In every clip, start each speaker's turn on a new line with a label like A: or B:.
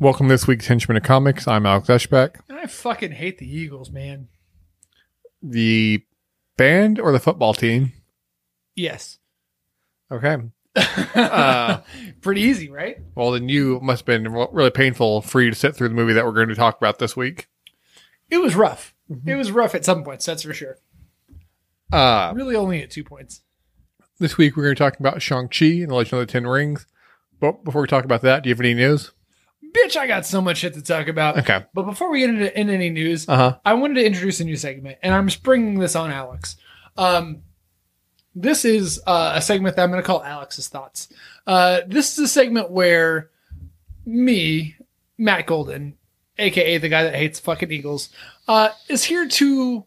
A: Welcome this week's Henchman of Comics. I'm Alex Eschbach.
B: I fucking hate the Eagles, man.
A: The band or the football team?
B: Yes.
A: Okay.
B: Uh, Pretty easy, right?
A: Uh, Well, then you must have been re- really painful for you to sit through the movie that we're going to talk about this week.
B: It was rough. It was rough at some points, that's for sure.
A: Uh,
B: Really only at two points.
A: this week we're going to be talking about Shang-Chi and the Legend of the Ten Rings. But before we talk about that, do you have any news?
B: Bitch, I got so much shit to talk about.
A: Okay.
B: But before we get into in any news,
A: Uh-huh.
B: I wanted to introduce a new segment, and I'm springing this on Alex. Um, this is uh, a segment that I'm going to call Alex's Thoughts. Uh, this is a segment where me, Matt Golden, aka the guy that hates fucking Eagles, uh, is here to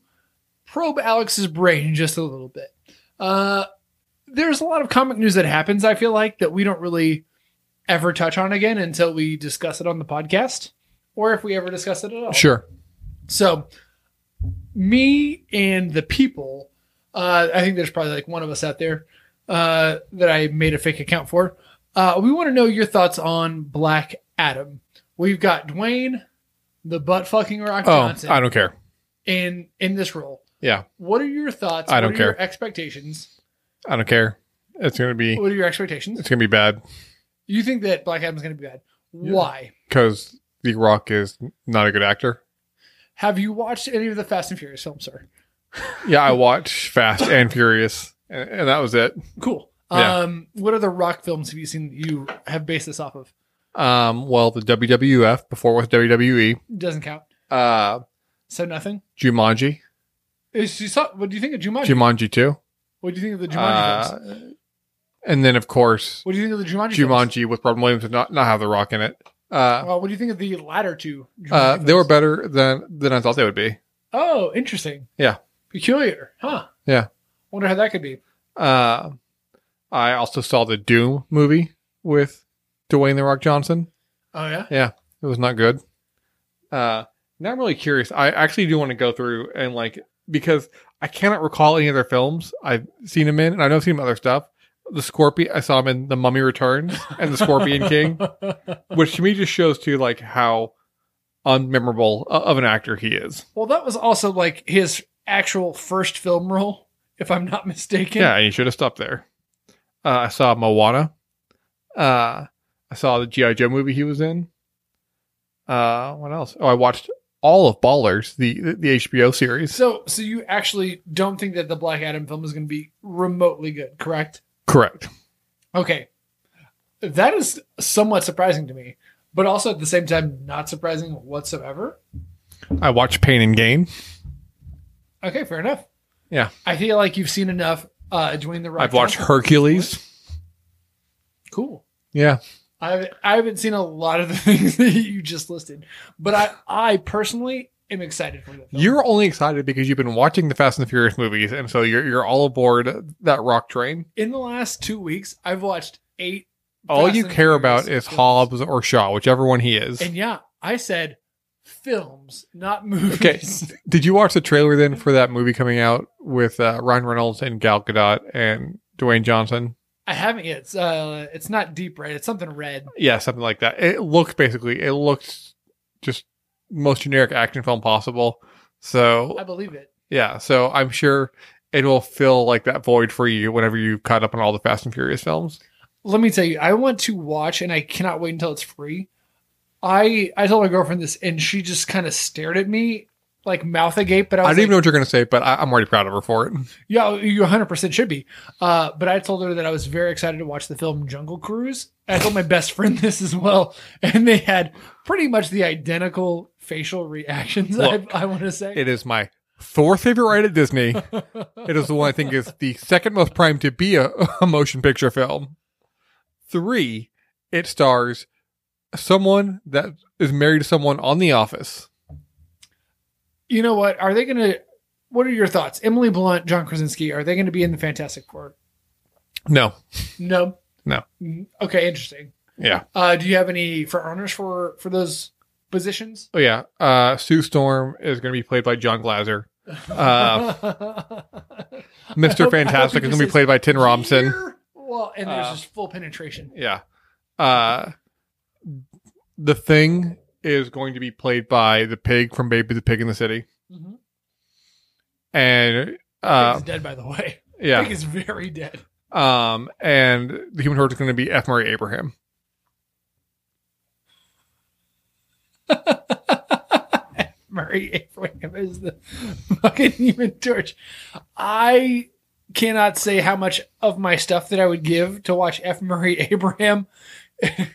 B: probe Alex's brain just a little bit. Uh, there's a lot of comic news that happens, I feel like, that we don't really ever touch on again until we discuss it on the podcast or if we ever discuss it at all.
A: Sure.
B: So, me and the people, uh, I think there's probably like one of us out there uh, that I made a fake account for. Uh, we want to know your thoughts on Black Adam. We've got Dwayne, the butt fucking Rock
A: Oh,
B: Johnson,
A: I don't care.
B: in in this role.
A: Yeah,
B: What are your thoughts?
A: I don't
B: what are Your
A: care.
B: expectations.
A: I don't care. It's going to be
B: What are your expectations?
A: it's going to be bad
B: You think that Black Adam's going to be bad? Why?
A: because The Rock is not a good actor.
B: Have you watched any of the Fast and Furious films, sir?
A: Yeah, I watched Fast and Furious, and, and that was it.
B: Cool.
A: Yeah.
B: Um, what other Rock films have you seen that you have based this off of?
A: Um, well, the WWF before it was WWE.
B: Doesn't count.
A: Uh,
B: So nothing.
A: Jumanji,
B: Is you saw, what do you think of Jumanji?
A: Jumanji two,
B: what do you think of the Jumanji
A: uh,
B: films?
A: and then of course
B: What do you think of the Jumanji? films?
A: Jumanji with Robin Williams did not not have The Rock in it. Uh,
B: Well, what do you think of the latter two? Jumanji
A: uh, they were
B: films?
A: better than than I thought they would be.
B: Oh, interesting.
A: Yeah.
B: Peculiar, huh?
A: Yeah.
B: Wonder how that could be.
A: Uh, I also saw the Doom movie with Dwayne the Rock Johnson.
B: Oh yeah.
A: It was not good. Uh, now I'm really curious. I actually do want to go through and like because I cannot recall any other films I've seen him in, and I know I've seen him in other stuff. The Scorpion, I saw him in The Mummy Returns and The Scorpion King, which to me just shows too like how unmemorable o- of an actor he is.
B: Well, that was also like his actual first film role, if I'm not mistaken.
A: Yeah, he should have stopped there. Uh, I saw Moana. Uh, I saw the GI Joe movie he was in. Uh, what else? Oh, I watched all of Ballers, the the, the HBO series.
B: So, so you actually don't think that the Black Adam film is going to be remotely good, correct?
A: Correct.
B: Okay. That is somewhat surprising to me, but also at the same time, not surprising whatsoever.
A: I watched Pain and Gain.
B: Okay, fair enough.
A: Yeah.
B: I feel like you've seen enough uh Dwayne the Rock.
A: I've watched
B: Johnson.
A: Hercules.
B: Cool.
A: Yeah.
B: I I haven't seen a lot of the things that you just listed, but I I personally am excited for the film.
A: You're only excited because you've been watching the Fast and the Furious movies, and so you're you're all aboard that rock train.
B: in the last two weeks. I've watched eight.
A: All
B: Fast
A: you
B: and
A: care about is
B: Furious films.
A: Hobbs or Shaw, whichever one he is.
B: And yeah, I said films, not movies.
A: Okay. Did you watch the trailer then for that movie coming out with uh, Ryan Reynolds and Gal Gadot and Dwayne Johnson?
B: I haven't yet. It's uh, it's not deep red. It's something red.
A: Yeah, something like that. It looked basically, it looked just most generic action film possible. So
B: I believe it.
A: Yeah, so I'm sure it will fill like that void for you whenever you caught up on all the Fast and Furious films.
B: let me tell you, I want to watch and I cannot wait until it's free. I I told my girlfriend this and she just kind of stared at me like mouth agape, but I
A: I,
B: was
A: don't even know
B: like,
A: what you're gonna say, but I, I'm already proud of her for it.
B: yeah, you 100% should be. Uh, but I told her that I was very excited to watch the film Jungle Cruise. I told my best friend this as well, and they had pretty much the identical facial reactions.
A: Look,
B: I, I want to say
A: It is my fourth favorite ride at Disney. it is the one I think is the second most prime to be a, a motion picture film. Three, it stars someone that is married to someone on The Office.
B: you know what? Are they going to? What are your thoughts, Emily Blunt, John Krasinski? Are they going to be in the Fantastic Four?
A: No,
B: No.
A: No.
B: Mm, Okay, interesting.
A: Yeah.
B: Uh, do you have any front runners for for those positions?
A: Oh yeah. Uh, Sue Storm is going to be played by John Glazer. Uh,
B: hope- I
A: Mister
B: hope
A: Fantastic
B: he
A: is going to be
B: just
A: played by Tim Robinson.
B: Here? Well, and there's
A: Uh,
B: just full penetration.
A: Yeah. Uh, the Thing is going to be played by the pig from Baby the Pig in the City,
B: Mhm.
A: and uh,
B: He's dead, by the way.
A: yeah,
B: Pig is very dead.
A: Um, and the Human Torch is going to be F. Murray Abraham.
B: Murray Abraham is the fucking human torch. I cannot say how much of my stuff that I would give to watch F. Murray Abraham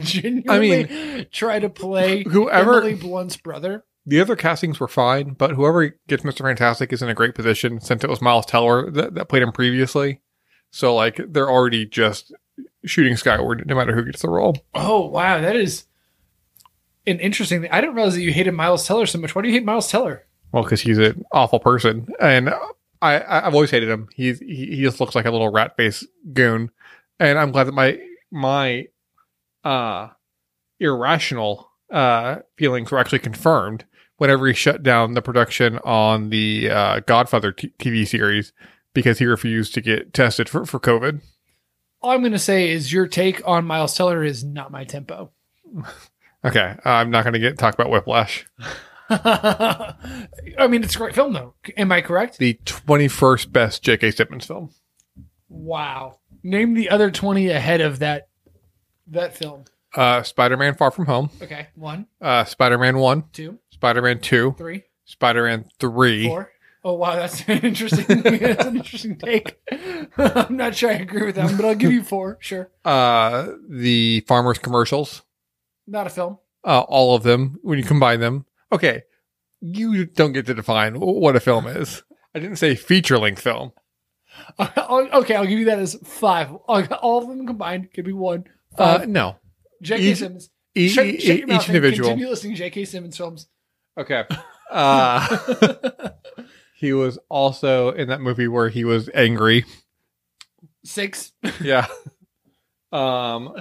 B: genuinely try to play
A: Whoever
B: Emily Blunt's brother.
A: the other castings were fine, but whoever gets Mister Fantastic is in a great position since it was Miles Teller that, that played him previously. So like they're already just shooting skyward, no matter who gets the role.
B: Oh wow, that is an interesting thing. I didn't realize that you hated Miles Teller so much. Why do you hate Miles Teller?
A: Well, because he's an awful person, and I, I I've always hated him. He's he, he just looks like a little rat face goon, and I'm glad that my my uh irrational uh feelings were actually confirmed whenever he shut down the production on the uh, Godfather t- TV series because he refused to get tested for for COVID.
B: All I'm going to say is your take on Miles Teller is not my tempo.
A: Okay, I'm not going to get talk about Whiplash.
B: I mean, it's a great film though. Am I correct?
A: The 21st best J.K. Simmons film.
B: Wow. Name the other 20 ahead of that that film.
A: Uh, Spider-Man: Far From Home.
B: Okay. One,
A: Uh, Spider-Man One.
B: two,
A: Spider-Man Two.
B: three,
A: Spider-Man three.
B: four. Oh wow, that's an interesting that's an interesting take. I'm not sure I agree with that, one, but I'll give you four, sure.
A: Uh, the farmers commercials.
B: Not a film.
A: Uh, all of them when you combine them. Okay, you don't get to define wh- what a film is. I didn't say feature length film.
B: I'll- okay, I'll give you that as five. All all of them combined could be one.
A: Uh,
B: Five.
A: no.
B: J.K.
A: each-
B: Simmons.
A: E-
B: Um, Shut-
A: e-
B: shut your mouth
A: each
B: and
A: individual.
B: Continue listening to J.K. Simmons films.
A: Okay. Uh, he was also in that movie where he was angry.
B: Six.
A: Yeah. Um.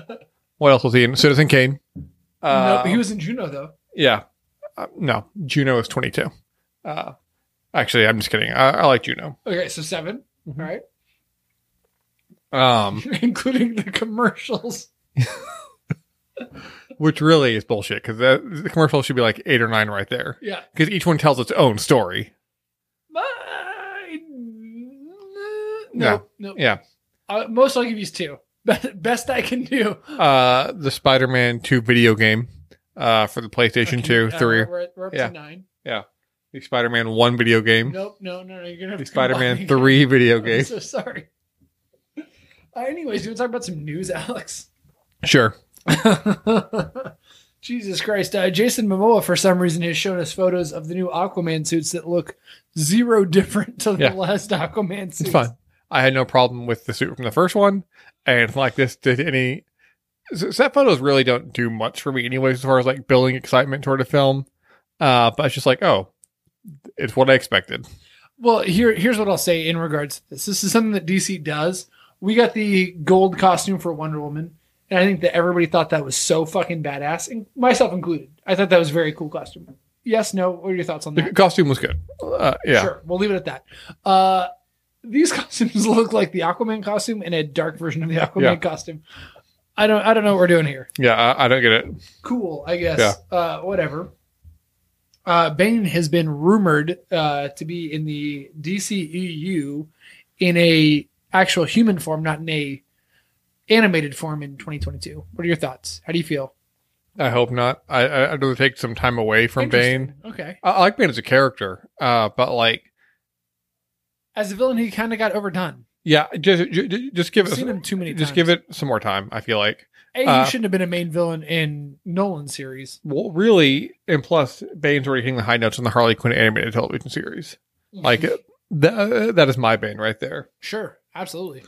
A: What else was he in? Citizen Kane.
B: no,
A: Uh,
B: he was in Juno though.
A: Yeah. Uh, no, Juno is 22. Uh, actually, I'm just kidding. I, I like Juno.
B: Okay, so 7
A: Mhm.
B: All right,
A: Um,
B: including the commercials.
A: which really is bullshit because the, the commercial should be like eight or nine right there
B: Yeah.
A: because each one tells its own story.
B: My- No,
A: Yeah.
B: no.
A: Yeah.
B: Uh, most I'll give you is two. Best I can do.
A: Uh, the Spider Man 2 video game uh, for the PlayStation 2,
B: Okay, uh,
A: 3,
B: We're, at- we're up
A: Yeah.
B: to nine.
A: the Spider Man 1 video game,
B: Nope, no, no, no. You're gonna have
A: the
B: to
A: Spider
B: combine
A: Man
B: again.
A: 3 video
B: I'm
A: game.
B: so sorry. Uh, anyways, you want to talk about some news, Alex?
A: Sure.
B: Jesus Christ! Uh, Jason Momoa, for some reason, has shown us photos of the new Aquaman suits that look zero different to the
A: Yeah.
B: last Aquaman suits.
A: It's fine. I had no problem with the suit from the first one, and like this did any s- set photos really don't do much for me anyways as far as like building excitement toward a film. Uh, but it's just like, oh, it's what I expected.
B: Well, here here's what I'll say in regards to this. This is something that DC does. We got the gold costume for Wonder Woman, and I think that everybody thought that was so fucking badass, and myself included. I thought that was a very cool costume. Yes, no. What are your thoughts on
A: The
B: that?
A: costume was good. Uh, yeah,
B: Sure, we'll leave it at that. Uh, these costumes look like the Aquaman costume and a dark version of the Aquaman
A: Yeah.
B: costume. I don't I don't know what we're doing here
A: yeah, I, I don't get it.
B: cool, I guess. Uh, whatever. Uh, Bane has been rumored uh, to be in the DCEU in a actual human form, not in a animated form in 2022. What are your thoughts? How do you feel?
A: I hope not. I, I I'd rather take some time away from Bane.
B: Interesting. Okay.
A: I, I like Bane as a character, uh, but like,
B: As a villain, he kind of got overdone.
A: yeah, just just, just give
B: I've
A: it
B: seen him too many
A: just
B: times.
A: give it some more time. I feel like.
B: A,
A: uh,
B: he shouldn't have been a main villain in Nolan's series.
A: Well, really, and plus, Bane's already hitting the high notes on the Harley Quinn animated television series. Like that, that is my Bane right there.
B: sure, absolutely.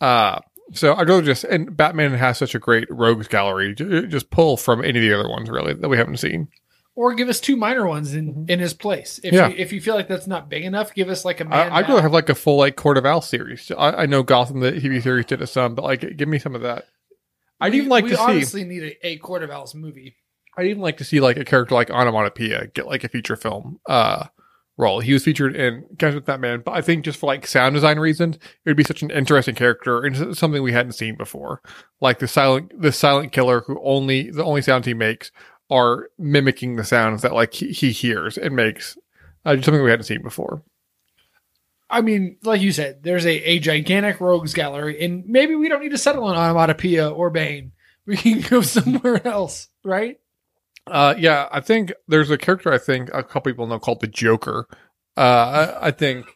A: Uh so I'd rather just and Batman has such a great rogues gallery. J- Just pull from any of the other ones really that we haven't seen.
B: Or give us two minor ones in, in his place. If
A: Yeah.
B: you, if you feel like that's not big enough, give us like a man.
A: I, I'd
B: bat.
A: rather have like a full like Court of Owl series. I, I know Gotham the TV series did a some, but like give me some of that. I'd
B: we,
A: even like
B: we
A: to see.
B: honestly need a, a Court of Owls movie.
A: I'd even like to see like a character like Onomatopoeia get like a feature film uh role. He was featured in Catch with That Man, but I think just for like sound design reasons, it would be such an interesting character and s- something we hadn't seen before. Like the silent the silent killer who only the only sounds he makes are mimicking the sounds that like he, he hears and makes. Uh, just something we hadn't seen before.
B: I mean, like you said, there's a, a gigantic rogues gallery, and maybe we don't need to settle on Onomatopoeia or Bane. We can go somewhere else, right?
A: Uh, yeah, I think there's a character I think a couple people know called the Joker. Uh, I, I think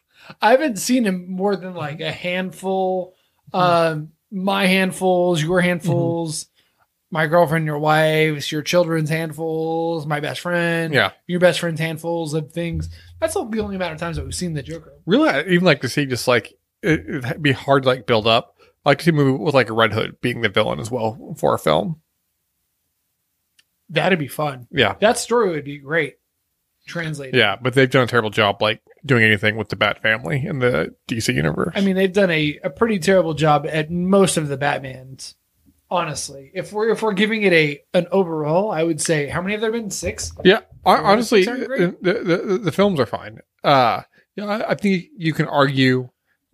B: I haven't seen him more than
A: Mm-hmm.
B: like a handful. Um, my handfuls, your
A: Mm-hmm.
B: handfuls, my girlfriend, your wife's, your children's handfuls, my best friend,
A: yeah,
B: your best friend's handfuls of things. That's the only amount of times that we've seen the Joker.
A: really I'd even like to see just like it, it'd be hard to like build up. I like to see a movie with like a Red Hood being the villain as well for a film.
B: That'd be fun.
A: Yeah,
B: That story would be great translated.
A: yeah, but they've done a terrible job like doing anything with the Bat Family in the DC universe.
B: I mean, they've done a, a pretty terrible job at most of the Batmans. Honestly, if we're if we're giving it a an overall, I would say how many have there been? Six.
A: yeah, I,
B: the
A: honestly, uh,
B: movies aren't
A: the,
B: great.
A: the, the, the films are fine. Uh, yeah, I, I think you can argue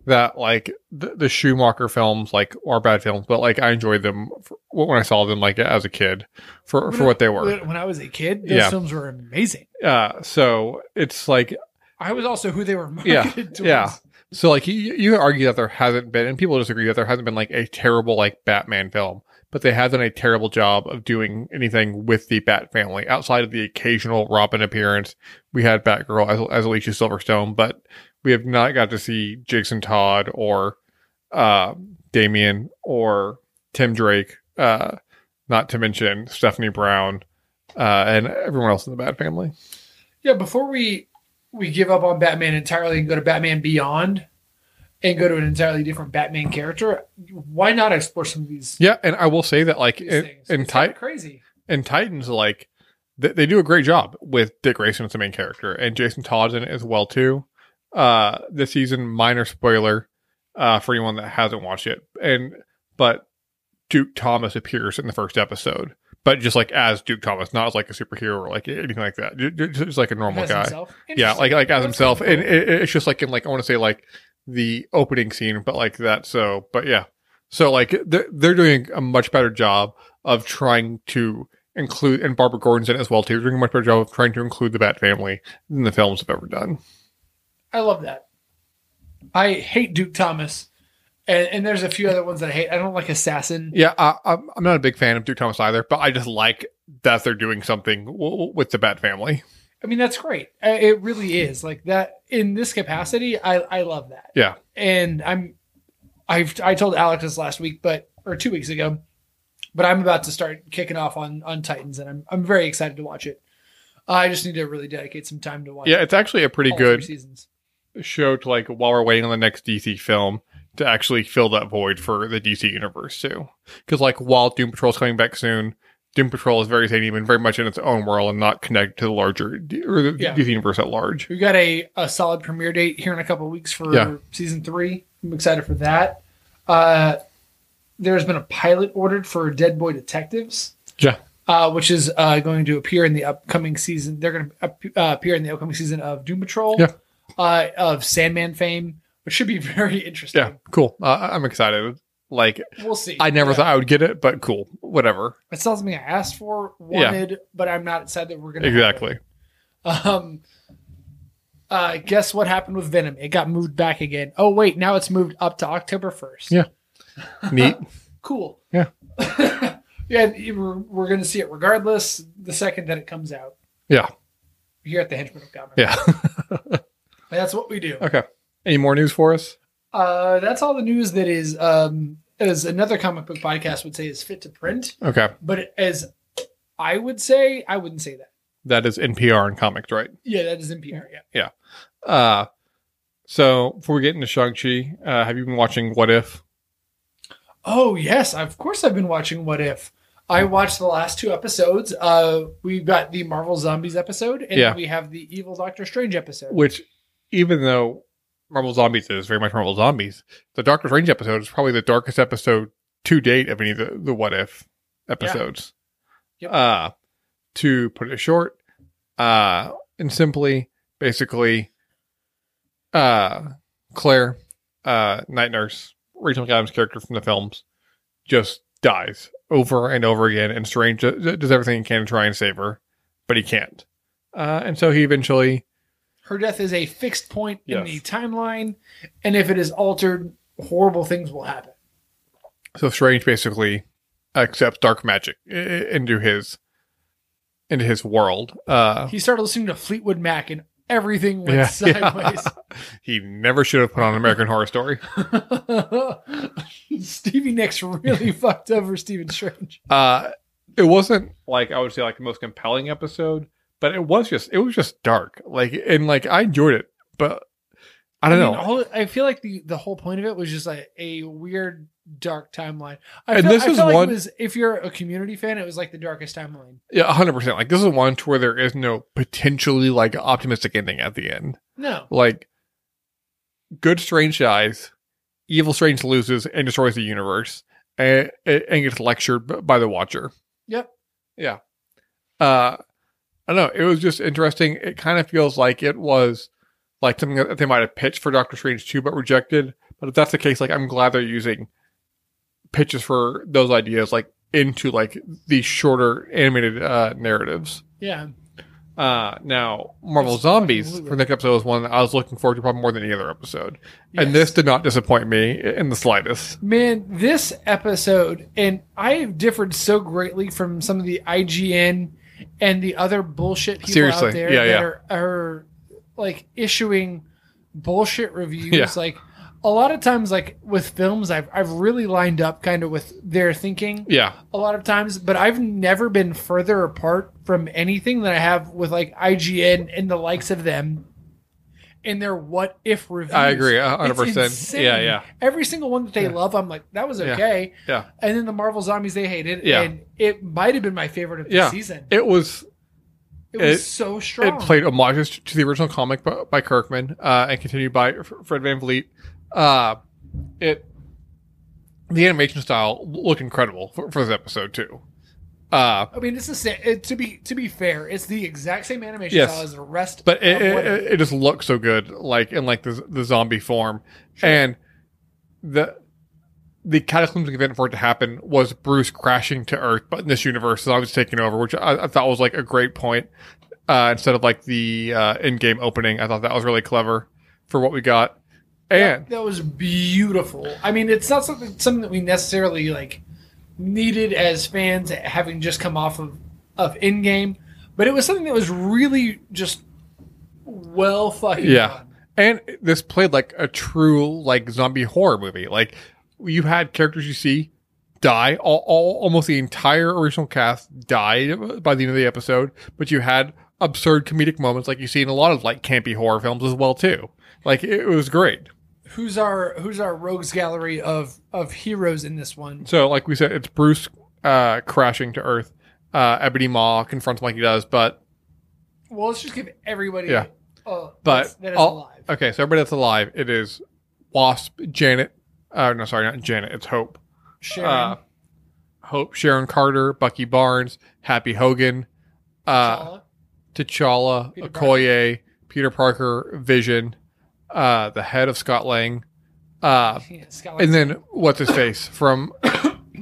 A: that like the, the Schumacher films like are bad films, but like I enjoyed them for, when I saw them like as a kid for for what they were.
B: When I was a kid, those
A: Yeah.
B: films were amazing.
A: Uh, so it's like
B: I was also who they were
A: Yeah,
B: marketed towards.
A: yeah. So like you, you could argue that there hasn't been, and people disagree that there hasn't been like a terrible like Batman film, but they have done a terrible job of doing anything with the Bat family outside of the occasional Robin appearance. We had Batgirl as, as Alicia Silverstone, but we have not got to see Jason Todd or uh, Damien or Tim Drake, uh, not to mention Stephanie Brown uh, and everyone else in the Bat family.
B: Yeah, before we we give up on Batman entirely and go to Batman Beyond and go to an entirely different Batman character, why not explore some of these,
A: Yeah, and I will say that like
B: these
A: in,
B: things?
A: in
B: It's kinda
A: tight.
B: crazy.
A: and Titans like they, they do a great job with Dick Grayson as the main character and Jason Todd's in it as well too. Uh, this season, minor spoiler uh, for anyone that hasn't watched it, and but Duke Thomas appears in the first episode, but just like as Duke Thomas, not as like a superhero or like anything like that, Ju- ju- just, like a normal
B: As
A: guy.
B: himself.
A: Yeah, like like as
B: That's
A: himself,
B: kinda
A: and
B: cool.
A: it, it's just like in like I want to say like the opening scene, but like that. So, but yeah, so like they're they're doing a much better job of trying to include, and Barbara Gordon's in it as well too. Doing a much better job of trying to include the Bat Family than the films have ever done.
B: I love that. I hate Duke Thomas, and, and there's a few other ones that I hate. I don't like Assassin.
A: Yeah, I, I'm I'm not a big fan of Duke Thomas either, but I just like that they're doing something w- w- with the Bat Family.
B: I mean, that's great. Uh, It really is like that in this capacity. I I love that.
A: Yeah.
B: And I'm, I've I told Alex this last week, but or two weeks ago, but I'm about to start kicking off on on Titans, and I'm I'm very excited to watch it. I just need to really dedicate some time to watch.
A: Yeah, it's actually a pretty
B: all three
A: good
B: seasons.
A: show to like while we're waiting on the next DC film to actually fill that void for the DC universe too. Because like while Doom Patrol is coming back soon, Doom Patrol is very same and very much in its own world and not connected to the larger D- or the
B: Yeah.
A: DC universe at large.
B: We've got a, a solid premiere date here in a couple weeks for
A: Yeah.
B: season three. I'm excited for that. Uh, there's been a pilot ordered for Dead Boy Detectives.
A: Yeah.
B: Uh, which is uh, going to appear in the upcoming season. They're going to uh, appear in the upcoming season of Doom Patrol,
A: Yeah.
B: uh, of Sandman fame, which should be very interesting.
A: Yeah, cool. Uh, I- I'm excited. Like
B: We'll see.
A: I never
B: Yeah.
A: thought I would get it, but cool. Whatever.
B: it's not something I asked for,
A: Yeah.
B: wanted, but I'm not sad that we're going to
A: Exactly.
B: Um, uh, guess what happened with Venom? It got moved back again. Oh wait, now it's moved up to October first.
A: Yeah. Neat.
B: Cool.
A: Yeah.
B: yeah, we're, we're gonna see it regardless the second that it comes out.
A: Yeah.
B: Here at the Henchman of Comic.
A: Yeah.
B: And that's what we do.
A: okay. Any more news for us?
B: Uh, that's all the news that is um as another comic book podcast would say is fit to print,
A: Okay.
B: but as I would say, I wouldn't say that.
A: That is NPR and comics, right?
B: Yeah, that is NPR. Yeah.
A: Uh so before we get into Shang-Chi, uh, have you been watching What If?
B: Oh yes, of course I've been watching What If. I watched the last two episodes. Uh, we've got the Marvel Zombies episode, and
A: Yeah.
B: we have the Evil Doctor Strange episode.
A: which even though Marvel Zombies is very much Marvel Zombies, the Doctor Strange episode is probably the darkest episode to date of any of the, the what if episodes.
B: Yep.
A: Uh to put it short, uh and simply, basically uh Claire, uh night nurse, Rachel McAdams character from the films, just dies over and over again and Strange does does everything he can to try and save her, but he can't. Uh and so he eventually
B: Her death is a fixed point in
A: Yes.
B: the timeline, and if it is altered, horrible things will happen.
A: So Strange basically accepts dark magic i- i- into his into his world. Uh,
B: He started listening to Fleetwood Mac, and everything went
A: Yeah.
B: sideways.
A: he never should have put on American Horror Story.
B: Stevie Nicks really fucked over Stephen Strange.
A: Uh, it wasn't like I would say like the most compelling episode, but it was just it was just dark. Like and like I enjoyed it, but I don't
B: mean,
A: know.
B: all- I feel like the, the whole point of it was just like a weird dark timeline. I
A: And
B: feel,
A: this
B: I
A: is
B: feel like it
A: one-
B: was- if you're a community fan, it was like the darkest timeline.
A: Yeah, hundred percent. Like this is one to where there is no potentially like optimistic ending at the end.
B: No,
A: Like good Strange dies, evil Strange loses and destroys the universe, and, and gets lectured b- by the Watcher.
B: Yep.
A: Yeah. Uh, I don't know. It was just interesting. It kind of feels like it was like something that they might have pitched for Doctor Strange too, but rejected. But if that's the case, like I'm glad they're using pitches for those ideas like into like these shorter animated uh, narratives.
B: yeah,
A: Uh, now, Marvel
B: That's
A: Zombies
B: fucking
A: for the next episode was one that I was looking forward to probably more than any other episode,
B: Yes.
A: and this did not disappoint me in the slightest.
B: Man, this episode, and I have differed so greatly from some of the IGN and the other bullshit people
A: Seriously,
B: out there
A: yeah,
B: that
A: yeah.
B: Are, are like issuing bullshit reviews.
A: Yeah.
B: Like a lot of times, like with films, I've I've really lined up kind of with their thinking
A: Yeah,
B: a lot of times, but I've never been further apart from anything that I have with like IGN and the likes of them and their what if reviews.
A: I agree, a
B: It's
A: hundred percent.
B: insane.
A: Yeah, yeah,
B: Every single one that they
A: Yeah.
B: love, I'm like, that was
A: Yeah.
B: okay.
A: yeah.
B: And then the Marvel Zombies they hated,
A: Yeah.
B: and it might have been my favorite of the
A: Yeah.
B: season.
A: It was
B: It,
A: it-
B: was so
A: It
B: strong.
A: played homages to the original comic by, by Kirkman uh, and continued by F- Fred Van Vliet. Uh, it the animation style looked incredible for, for this episode too. Uh,
B: I mean, it's the same. It, to be to be fair, it's the exact same animation
A: Yes.
B: style as the rest.
A: but it,
B: of what
A: it,
B: if.
A: it, it just looked so good, like in like the the zombie form,
B: Sure.
A: and the the cataclysmic event for it to happen was Bruce crashing to Earth, but in this universe, so I was taking over, which I, I thought was like a great point. Uh, instead of like the uh, in-game opening, I thought that was really clever for what we got,
B: That-
A: and
B: that, was beautiful. I mean, it's not something something that we necessarily like needed as fans, having just come off of of in game, but it was something that was really just well fucking
A: Yeah.
B: done.
A: and this played like a true like zombie horror movie. Like you had characters you see die. All, all almost the entire original cast died by the end of the episode, but you had absurd comedic moments like you see in a lot of like campy horror films as well too. Like it was great.
B: Who's our who's our rogues gallery of of heroes in this one?
A: So like we said, it's Bruce uh, crashing to Earth. Uh, Ebony Maw confronts him like he does, but
B: Well, let's just give everybody.
A: Yeah.
B: Uh,
A: But
B: that is
A: all-
B: alive.
A: Okay, so everybody that's alive, it is Wasp, Janet. Uh, no, sorry, not Janet. It's Hope.
B: Sharon,
A: Uh, Hope, Sharon Carter, Bucky Barnes, Happy Hogan, uh,
B: T'Challa,
A: T'Challa,
B: Peter
A: Okoye, Peter Parker, Vision, uh, the head of Scott Lang, uh,
B: yeah, Scott
A: and then what's his face from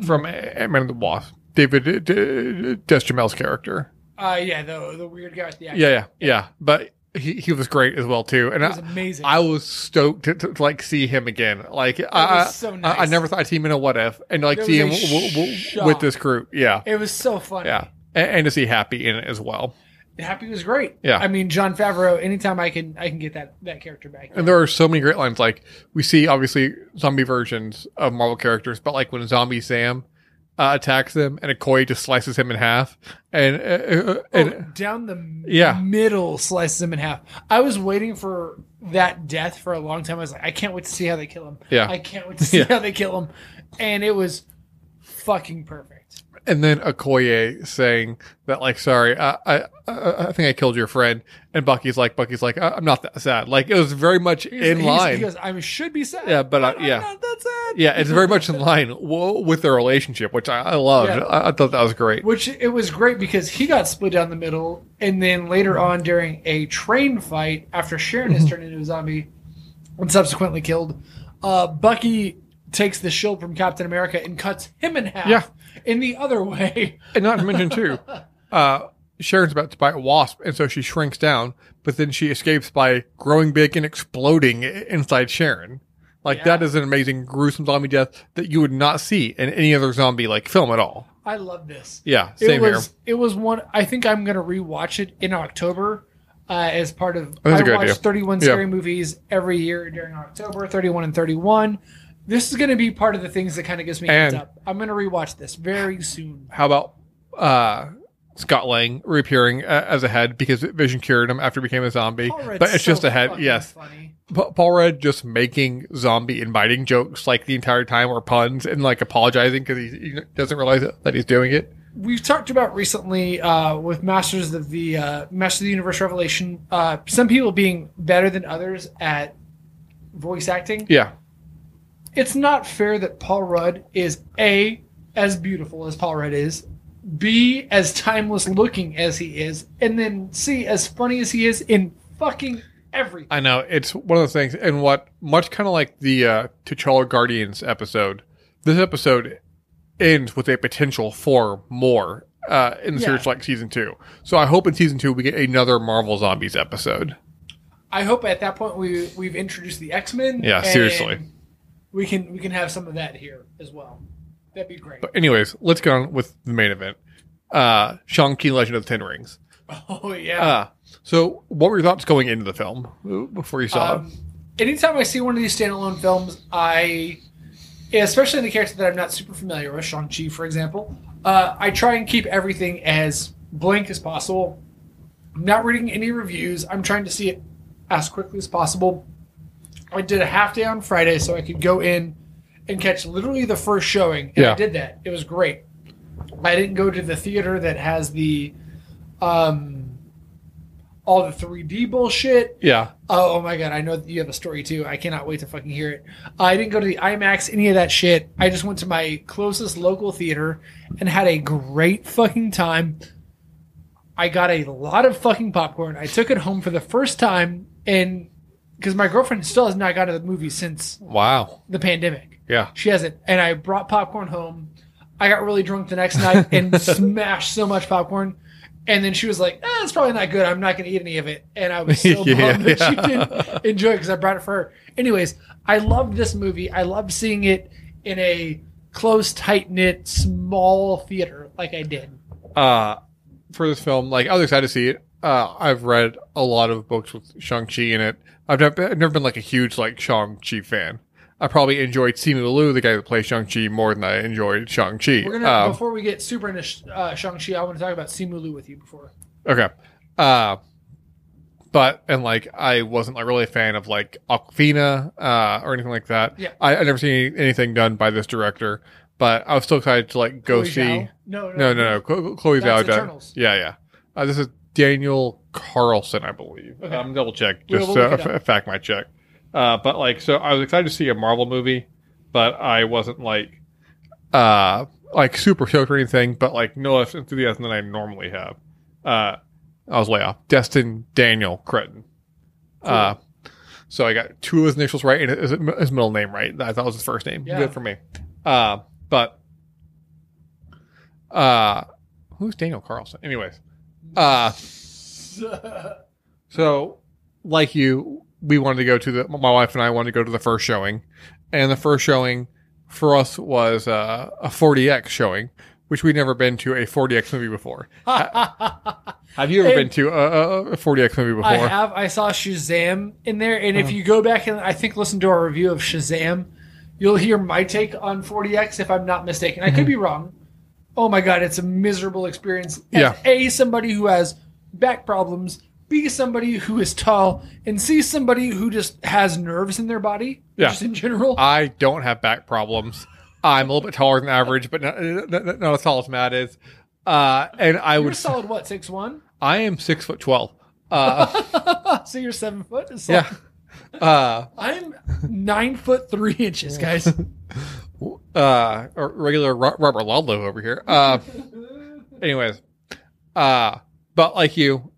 A: from Ant Man and the Wasp, David D- D- Deschamel's character.
B: uh, yeah, the the weird guy with the
A: Yeah, yeah, yeah. But he, he was great as well too, and
B: it was
A: I,
B: amazing.
A: I was stoked to, to, to, like see him again. Like I,
B: That
A: I,
B: was so nice.
A: I, I never thought I'd see him in a what if, and like
B: That
A: see him
B: was a
A: w- w- w-
B: shock.
A: with this group. Yeah,
B: It was so funny.
A: Yeah. And, and to see Happy in it as well.
B: Happy was great.
A: Yeah.
B: I mean John Favreau. Anytime I can, I can get that that character back.
A: And there are so many great lines. Like, we see obviously zombie versions of Marvel characters, but like when Zombie Sam uh, attacks them and Okoye just slices him in half. And, uh, uh,
B: Oh,
A: and
B: down the
A: Yeah.
B: middle slices him in half. I was waiting for that death for a long time. I was like, I can't wait to see how they kill him.
A: Yeah.
B: I can't wait to see
A: Yeah.
B: how they kill him. And it was fucking perfect.
A: and then Okoye saying that like, sorry, I, I I I think I killed your friend, and Bucky's like, Bucky's like, I, I'm not that sad. Like it was very much
B: He's-
A: in
B: he's-
A: line.
B: He goes, I should be sad.
A: Yeah, but, uh,
B: I'm
A: yeah.
B: not that sad.
A: yeah, it's very much in line w- with their relationship, which I, I loved.
B: Yeah.
A: I, I thought that was great.
B: Which it was great because he got split down the middle, and then later on during a train fight, after Sharon is turned into a zombie and subsequently killed, uh, Bucky takes the shield from Captain America and cuts him in half.
A: Yeah.
B: In the other way,
A: And not to mention too, uh, Sharon's about to bite a wasp, and so she shrinks down, but then she escapes by growing big and exploding i- inside Sharon. Like
B: Yeah.
A: that is an amazing, gruesome zombie death that you would not see in any other zombie like film at all.
B: I love this.
A: Yeah, same
B: it
A: here.
B: was it was one. I think I'm gonna rewatch it in October. Uh, as part of,
A: That's a
B: I
A: good
B: watch
A: idea.
B: 31
A: Yeah.
B: scary movies every year during October, 31 and 31. This is going to be part of the things that kind of gives me heads
A: And-
B: up. I'm going to rewatch this very soon.
A: How about uh, Scott Lang reappearing a- as a head because Vision cured him after he became a zombie,
B: Paul Rudd's
A: but it's
B: so
A: just a head.
B: fucking
A: Yes,
B: Funny.
A: Pa- Paul Rudd just making zombie inviting jokes like the entire time or puns and like apologizing because he, he doesn't realize that he's doing it.
B: We've talked about recently uh, with Masters of the uh, Masters of the Universe Revelation. Uh, some people being better than others at voice acting.
A: Yeah,
B: It's not fair that Paul Rudd is a as beautiful as Paul Rudd is, b as timeless looking as he is, and then c as funny as he is in fucking everything.
A: I know it's one of those things, and what much kind of like the uh, T'Challa Guardians episode. This episode ends with a potential for more uh, in the
B: Yeah.
A: series, like season two. So I hope in season two we get another Marvel Zombies episode.
B: I hope at that point we we've introduced the X Men.
A: Yeah, seriously.
B: We can we can have some of that here as well. That'd be great.
A: But anyways, let's get on with the main event. Uh, Shang Chi, Legend of the Ten Rings.
B: oh yeah.
A: Uh, so what were your thoughts going into the film uh, before you saw it?
B: um, anytime I see one of these standalone films, I especially in the character that I'm not super familiar with, Shang Chi, for example, uh, I try and keep everything as blank as possible. I'm not reading any reviews. I'm trying to see it as quickly as possible. I did a half day on Friday so I could go in and catch literally the first showing, and I
A: Yeah.
B: did that. It was great. I didn't go to the theater that has the um, all the 3D bullshit.
A: Yeah,
B: Oh, oh my god, I know that you have a story too. I cannot wait to fucking hear it. I didn't go to the IMAX, any of that shit. I just went to my closest local theater and had a great fucking time. I got a lot of fucking popcorn. I took it home for the first time and because my girlfriend still has not gone to the movie since
A: wow,
B: the pandemic.
A: yeah,
B: She hasn't. And I brought popcorn home. I got really drunk the next night and smashed so much popcorn. And then she was like, eh, it's probably not good. I'm not going to eat any of it. And I was so
A: Yeah,
B: bummed that she
A: yeah.
B: didn't enjoy it because I brought it for her. Anyways, I loved this movie. I loved seeing it in a close, tight knit, small theater like I did.
A: uh, for this film, like I was excited to see it. Uh, I've read a lot of books with Shang Chi in it. I've never, I've never been like a huge like Shang Chi fan. I probably enjoyed Simu Liu, the guy that plays Shang Chi, more than I enjoyed Um, Shang Chi.
B: We're going to, before we get super into uh, Shang-Chi, I want to talk about Simu Liu with you before.
A: Okay. Uh but and like I wasn't like really a fan of like Aquafina uh or anything like that.
B: Yeah.
A: I, I never seen any, anything done by this director, but I was still excited to like go
B: Chloe
A: see
B: Zhao? No, no,
A: No, no, no. Chlo- Chloe Zhao
B: That's Eternals.
A: does. Yeah, yeah. Uh, this is Daniel Carlson, I believe.
B: Okay.
A: I'm double check
B: We
A: just
B: will
A: to
B: look it
A: f- fact my check. Uh but like so I was excited to see a Marvel movie, but I wasn't like uh like super stoked or anything, but like no less enthusiasm than I normally have. Uh I was way off. Destin Daniel Cretton. Uh so I got two of his initials right and his, his middle name right. I thought was his first name.
B: Yeah.
A: Good for me. Uh, but uh, who's Daniel Carlson? Anyways, uh, so like you, we wanted to go to the. My wife and I wanted to go to the first showing, and the first showing for us was uh, a 40x showing, which we'd never been to a 40x movie before. Have you ever
B: And-
A: been to a, a, a 40x movie before?
B: I have. I saw Shazam in there, and if you go back and I think listen to our review of Shazam, you'll hear my take on 40x. If I'm not mistaken,
A: Mm-hmm.
B: I could be wrong. Oh my god, it's a miserable experience. As
A: Yeah.
B: A somebody who has back problems. B somebody who is tall, and C somebody who just has nerves in their body.
A: Yeah.
B: Just in general.
A: I don't have back problems. I'm a little bit taller than average, but not, not, not as tall as Matt is. Uh, and I
B: You're
A: would,
B: a solid what six one?
A: I am six foot twelve. Uh,
B: so you're seven foot. So
A: yeah. Uh,
B: I'm nine foot three inches, guys.
A: uh, or regular Ro- Robert Ludlow over here. Uh, anyways, uh, but like you,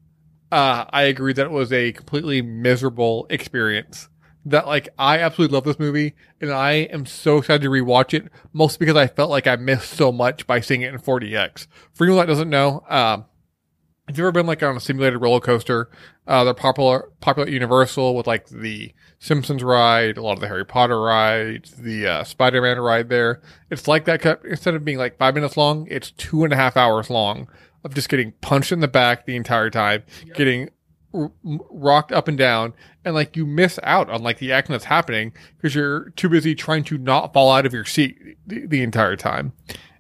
A: uh, I agree that it was a completely miserable experience. That like I absolutely love this movie, and I am so excited to rewatch it. Mostly because I felt like I missed so much by seeing it in 40x. For anyone that doesn't know, um, if you've ever been like on a simulated roller coaster, uh, they're popular popular at Universal with like the Simpsons ride, a lot of the Harry Potter rides, the uh, Spider Man ride there. It's like that, cut- instead of being like five minutes long, it's two and a half hours long of just getting punched in the back the entire time,
B: Yep.
A: getting r- m- rocked up and down. And like you miss out on like the action that's happening because you're too busy trying to not fall out of your seat the, the entire time.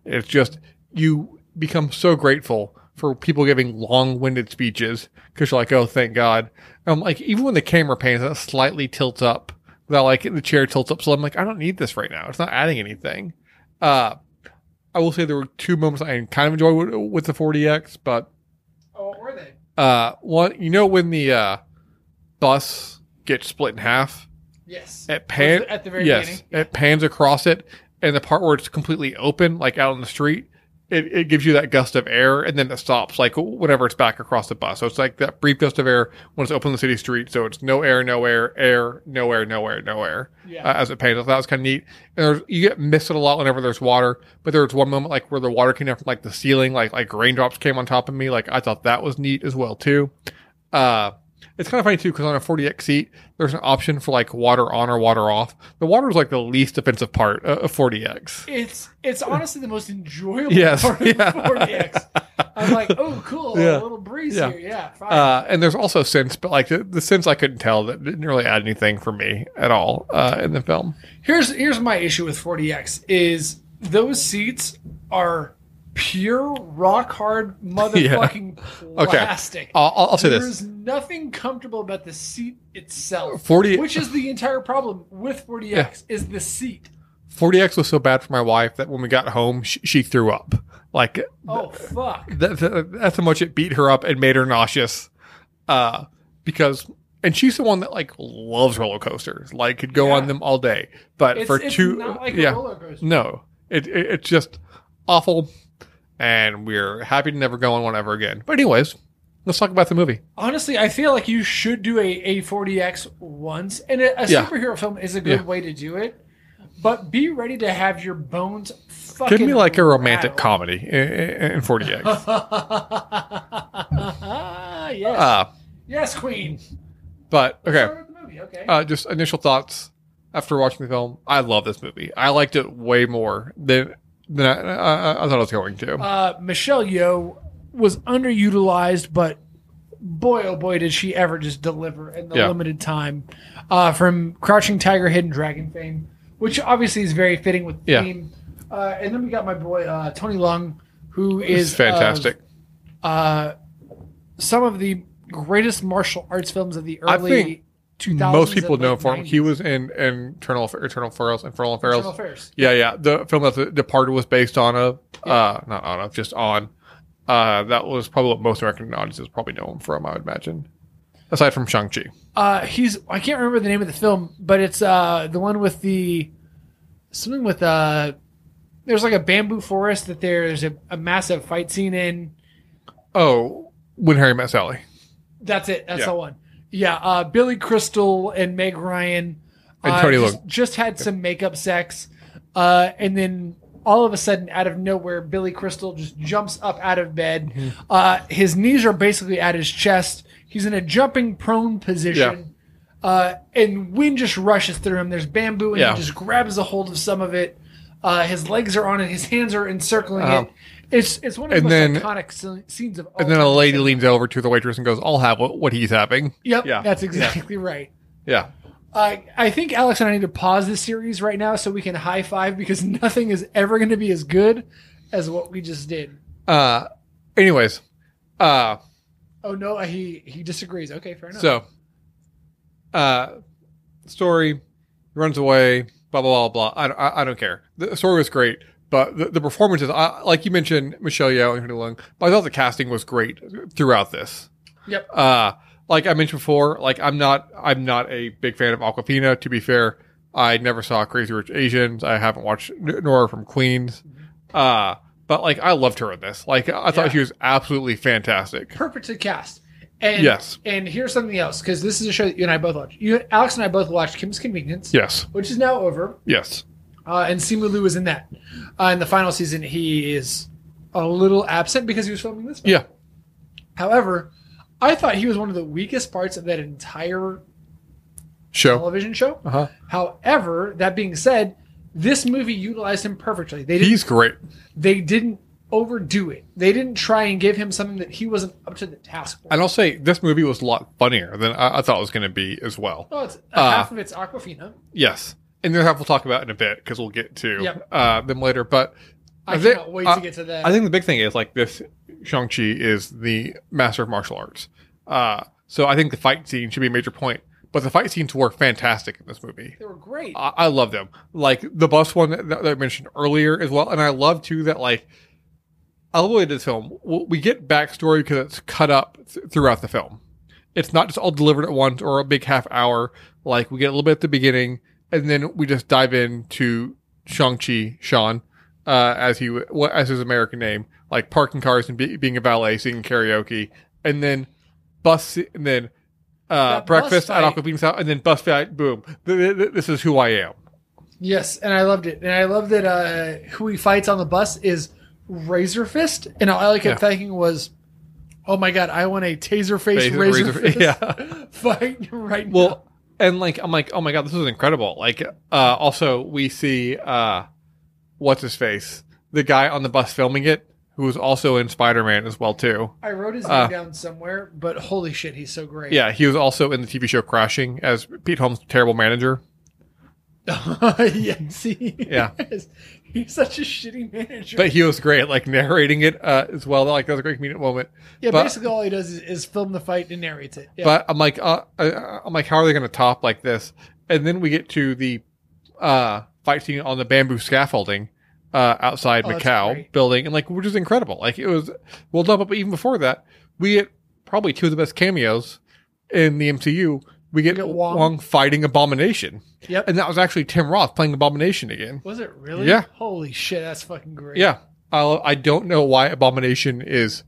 A: It's just you become so grateful for people giving long winded speeches because you're like, oh, thank God. Um, like even when the camera pans, it slightly tilts up. That like the chair tilts up, so I'm like, I don't need this right now. It's not adding anything. Uh, I will say there were two moments I kind of enjoyed with, with the 40x, but
B: oh, what were they?
A: uh, one, you know, when the uh, bus gets split in half,
B: Yes.
A: it pan
B: at the very
A: yes,
B: beginning.
A: it pans across it, and the part where it's completely open, like out on the street, it, it gives you that gust of air, and then it stops, like whenever it's back across the bus. So it's like that brief gust of air when it's open on the city street. So it's no air, no air, air, no air, no air, no air
B: Yeah.
A: uh, as it pans. So that was kind of neat. And there's, you get missed it a lot whenever there's water, but there was one moment like where the water came down from like the ceiling, like like raindrops came on top of me. Like I thought that was neat as well too. Uh, it's kind of funny too because on a 40x seat, there's an option for like water on or water off. The water is like the least offensive part of of 40x.
B: it's it's honestly the most enjoyable
A: Yes,
B: part of
A: yeah.
B: 40x. I'm like, oh, cool,
A: Yeah.
B: a little breeze
A: Yeah.
B: here. Yeah, fine.
A: Uh, and there's also sense, but like the, the sense I couldn't tell that didn't really add anything for me at all uh, in the film.
B: here's here's my issue with 40x is those seats are pure rock hard motherfucking plastic.
A: I'll, I'll I'll say
B: There
A: this.
B: is nothing comfortable about the seat itself.
A: 40
B: which is the entire problem with 40x is the seat.
A: 40x was so bad for my wife that when we got home, she, she threw up. Like
B: Oh fuck!
A: that, that- that's how much it beat her up and made her nauseous. Uh, because and she's the one that like loves roller coasters, like could go
B: Yeah.
A: on them all day. But
B: It's,
A: for
B: it's
A: two,
B: not like
A: yeah,
B: a roller coaster.
A: no, it, it it's just awful, and we're happy to never go on one ever again. But anyways, let's talk about the movie.
B: Honestly, I feel like you should do a, a 40x once, and a, a
A: Yeah.
B: superhero film is a good
A: Yeah.
B: way to do it. But be ready to have your bones fucking.
A: Give me like a romantic
B: rattled.
A: comedy in, in in 40x.
B: yes.
A: uh,
B: yes, Queen.
A: but okay.
B: Start with the movie, okay.
A: Uh, just initial thoughts after watching the film. I love this movie. I liked it way more than than I, I, I thought I was going to.
B: Uh, Michelle Yeoh was underutilized, but boy, oh boy, did she ever just deliver in the
A: Yeah.
B: limited time uh, from Crouching Tiger, Hidden Dragon fame, which obviously is very fitting with the
A: Yeah.
B: theme. Uh, and then we got my boy uh, Tony Lung, who
A: it's
B: is uh,
A: fantastic.
B: of, uh, some of the greatest martial arts films of the
A: I
B: early
A: think
B: 2000s.
A: Most people
B: and
A: know
B: late
A: for him. He
B: 90s.
A: was in in Eternal Aff- Eternal Ferals and Ferals and
B: Internal
A: Ferals.
B: Affairs.
A: Yeah, yeah. The film that The Departed was based on of, uh, not on of, just on. Uh, that was probably what most American audiences probably know him from. I would imagine, aside from Shang Chi.
B: uh he's i can't remember the name of the film but it's uh the one with the something with uh there's like a bamboo forest that there's a, a massive fight scene in
A: Oh, when Harry met Sally.
B: that's it that's
A: Yeah.
B: the one yeah uh billy crystal and meg ryan
A: And
B: uh,
A: Tony
B: just, just had some makeup sex uh and then all of a sudden out of nowhere billy crystal just jumps up out of bed
A: Mm-hmm.
B: uh his knees are basically at his chest he's in a jumping prone position uh, and wind just rushes through him. There's bamboo, and
A: Yeah.
B: he just grabs a hold of some of it. Uh, his legs are on it. His hands are encircling
A: Um,
B: it. It's it's one of the
A: and
B: most
A: then-
B: iconic sce- scenes of all.
A: And then a
B: time.
A: lady leans over to the waitress and goes, "I'll have what, what he's having."
B: Yep,
A: Yeah.
B: that's exactly right.
A: Yeah.
B: Uh, I think Alex and I need to pause this series right now so we can high five because nothing is ever going to be as good as what we just did.
A: Uh, anyways, uh,
B: Oh no, he he disagrees. Okay, fair enough.
A: so, uh, story he runs away, blah blah blah blah. I don't- I, I don't care. The story was great, but the, the performances, I, like you mentioned, Michelle Yeoh and Henry Lung, but I thought the casting was great throughout this.
B: Yep.
A: Uh, like I mentioned before, like I'm not I'm not a big fan of Aquafina. To be fair, I never saw Crazy Rich Asians. I haven't watched N- Nora from Queens. Uh, but like I loved her in this. Like I thought
B: Mm-hmm. Yeah.
A: she was absolutely fantastic.
B: perfect to cast. And
A: Yes.
B: and here's something else because this is a show that you and I both watched. You, Alex and I both watched Kim's Convenience,
A: Yes.
B: which is now over,
A: Yes.
B: uh, and Simu Liu is in that. Uh, in the final season, he is a little absent because he was filming this. one.
A: Yeah.
B: However, I thought he was one of the weakest parts of that entire
A: Show.
B: television show.
A: Uh huh.
B: However, that being said, this movie utilized him perfectly. They didn't
A: He's great.
B: they didn't overdo it. They didn't try and give him something that he wasn't up to the task for.
A: And I'll say this movie was a lot funnier than I, I thought it was going to be as well.
B: Oh, it's
A: Uh,
B: half of it's Aquafina.
A: Yes. And there's half we'll talk about in a bit because we'll get to
B: Yep.
A: uh, them later. But
B: I
A: I think-
B: cannot wait
A: I-
B: to get to that.
A: I think the big thing is like this Shang-Chi is the master of martial arts. Uh, so I think the fight scene should be a major point. But the fight scenes were fantastic in this movie.
B: they were great.
A: I, I love them. Like the bus one that, that I mentioned earlier as well. And I love too that like I love the way this film w- we get backstory because it's cut up th- throughout the film. It's not just all delivered at once or a big half hour. Like we get a little bit at the beginning and then we just dive into Shang Chi Sean uh, as he w- what as his American name, like parking cars and be, being a valet, singing karaoke, and then bus and then. Uh,
B: That bus
A: breakfast at
B: fight-
A: Aquafina's house, and then bus fight. Boom! Th- th- th- This is who I am.
B: Yes, and I loved it. And I love that uh, who he fights on the bus is Razor Fist. And all I kept
A: Yeah.
B: thinking was, oh my God, I want a taser face
A: Taser-
B: Razor,
A: Razor-
B: Fist
A: yeah.
B: fight right
A: Well,
B: now.
A: and like I'm like, oh my god, this is incredible. Like, uh, also we see uh, what's his face, the guy on the bus filming it, who was also in Spider Man as well too.
B: I wrote his
A: uh,
B: name down somewhere, but holy shit, he's so great.
A: Yeah, he was also in the TV show Crashing as Pete Holmes' terrible manager.
B: yes, he
A: Yeah.
B: is. He's such a shitty manager.
A: But he was great, like narrating it uh, as well. Like that was a great comedic moment.
B: yeah,
A: but-
B: basically all he does is, is film the fight and narrates it. Yeah.
A: But I'm like, uh, I- I'm like, how are they going to top like this? And then we get to the uh, fight scene on the bamboo scaffolding uh, outside
B: Oh, that's
A: Macau
B: great.
A: building, and like, which is incredible. Like it was well done. But even before that, we get probably two of the best cameos in the MCU. We get,
B: get Wong.
A: Wong. fighting Abomination,
B: yep.
A: and that was actually Tim Roth playing Abomination again.
B: Was it really?
A: Yeah.
B: Holy shit, that's fucking great.
A: Yeah, I I don't know why Abomination is.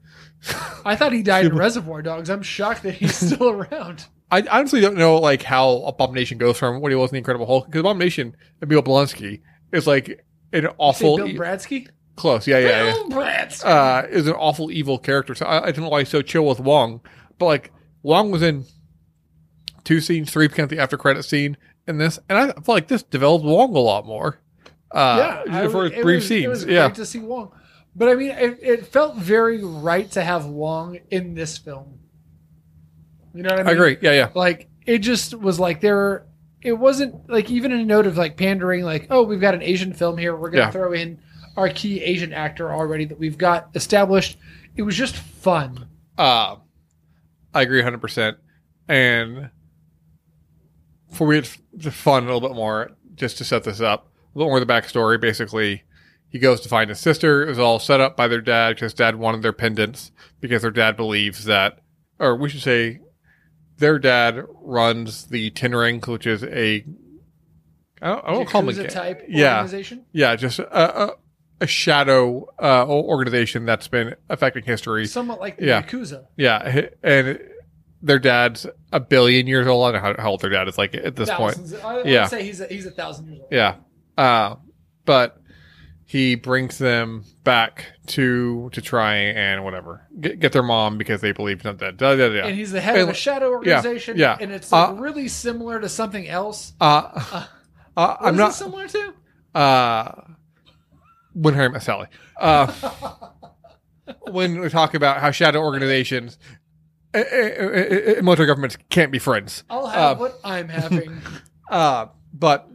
B: I thought he died in Reservoir Dogs. I'm shocked that he's still around.
A: I honestly don't know like how Abomination goes from what he was in the Incredible Hulk because Abomination and Bill Blonsky is like an
B: Say
A: awful
B: Bill
A: e-
B: Bradsky?
A: close, yeah, yeah, yeah.
B: Bill Bradsky.
A: Uh, is an awful evil character. So I, I don't know why he's so chill with Wong, but like Wong was in two scenes, three count the after credit scene in this, and I feel like this developed Wong a lot more. Uh,
B: yeah, I-
A: for
B: it
A: brief
B: was-
A: scenes,
B: It was
A: yeah,
B: great to see Wong, but I mean, it, it felt very right to have Wong in this film. You know what I mean?
A: I agree, yeah, yeah,
B: Like it just was like there. It wasn't like even a note of like pandering, like oh, we've got an Asian film here. We're gonna
A: Yeah.
B: throw in our key Asian actor already that we've got established. It was just fun.
A: Uh, I agree 100%. And for we had f- the fun a little bit more, just to set this up, a little more of the backstory. Basically, he goes to find his sister. It was all set up by their dad because dad wanted their pendants because their dad believes that, or we should say, their dad runs the Tin Ring, which is a. I don't, I don't call them
B: Yakuza
A: a ga-
B: type
A: Yeah,
B: organization.
A: yeah, just a, a, a shadow uh, organization that's been affecting history.
B: somewhat like the
A: Yeah.
B: Yakuza.
A: Yeah, h- and their dad's a billion years old. I don't know how- how old their dad is like at this point.
B: Thousands. I, I
A: Yeah.
B: would say he's a, he's a thousand years old.
A: Yeah, uh, but he brings them back to to try and whatever get, get their mom because they believe not dead. Da, da, da.
B: And he's the head of
A: And-
B: a shadow organization.
A: yeah.
B: And it's like
A: Uh,
B: really similar to something else.
A: Uh, uh,
B: What
A: I'm
B: is it
A: not.
B: similar to?
A: Uh, when Harry Met Sally. Uh, when we talk about how shadow organizations. eh, eh, eh, eh, eh, Military governments can't be friends.
B: I'll have
A: Uh,
B: what I'm having.
A: Uh, but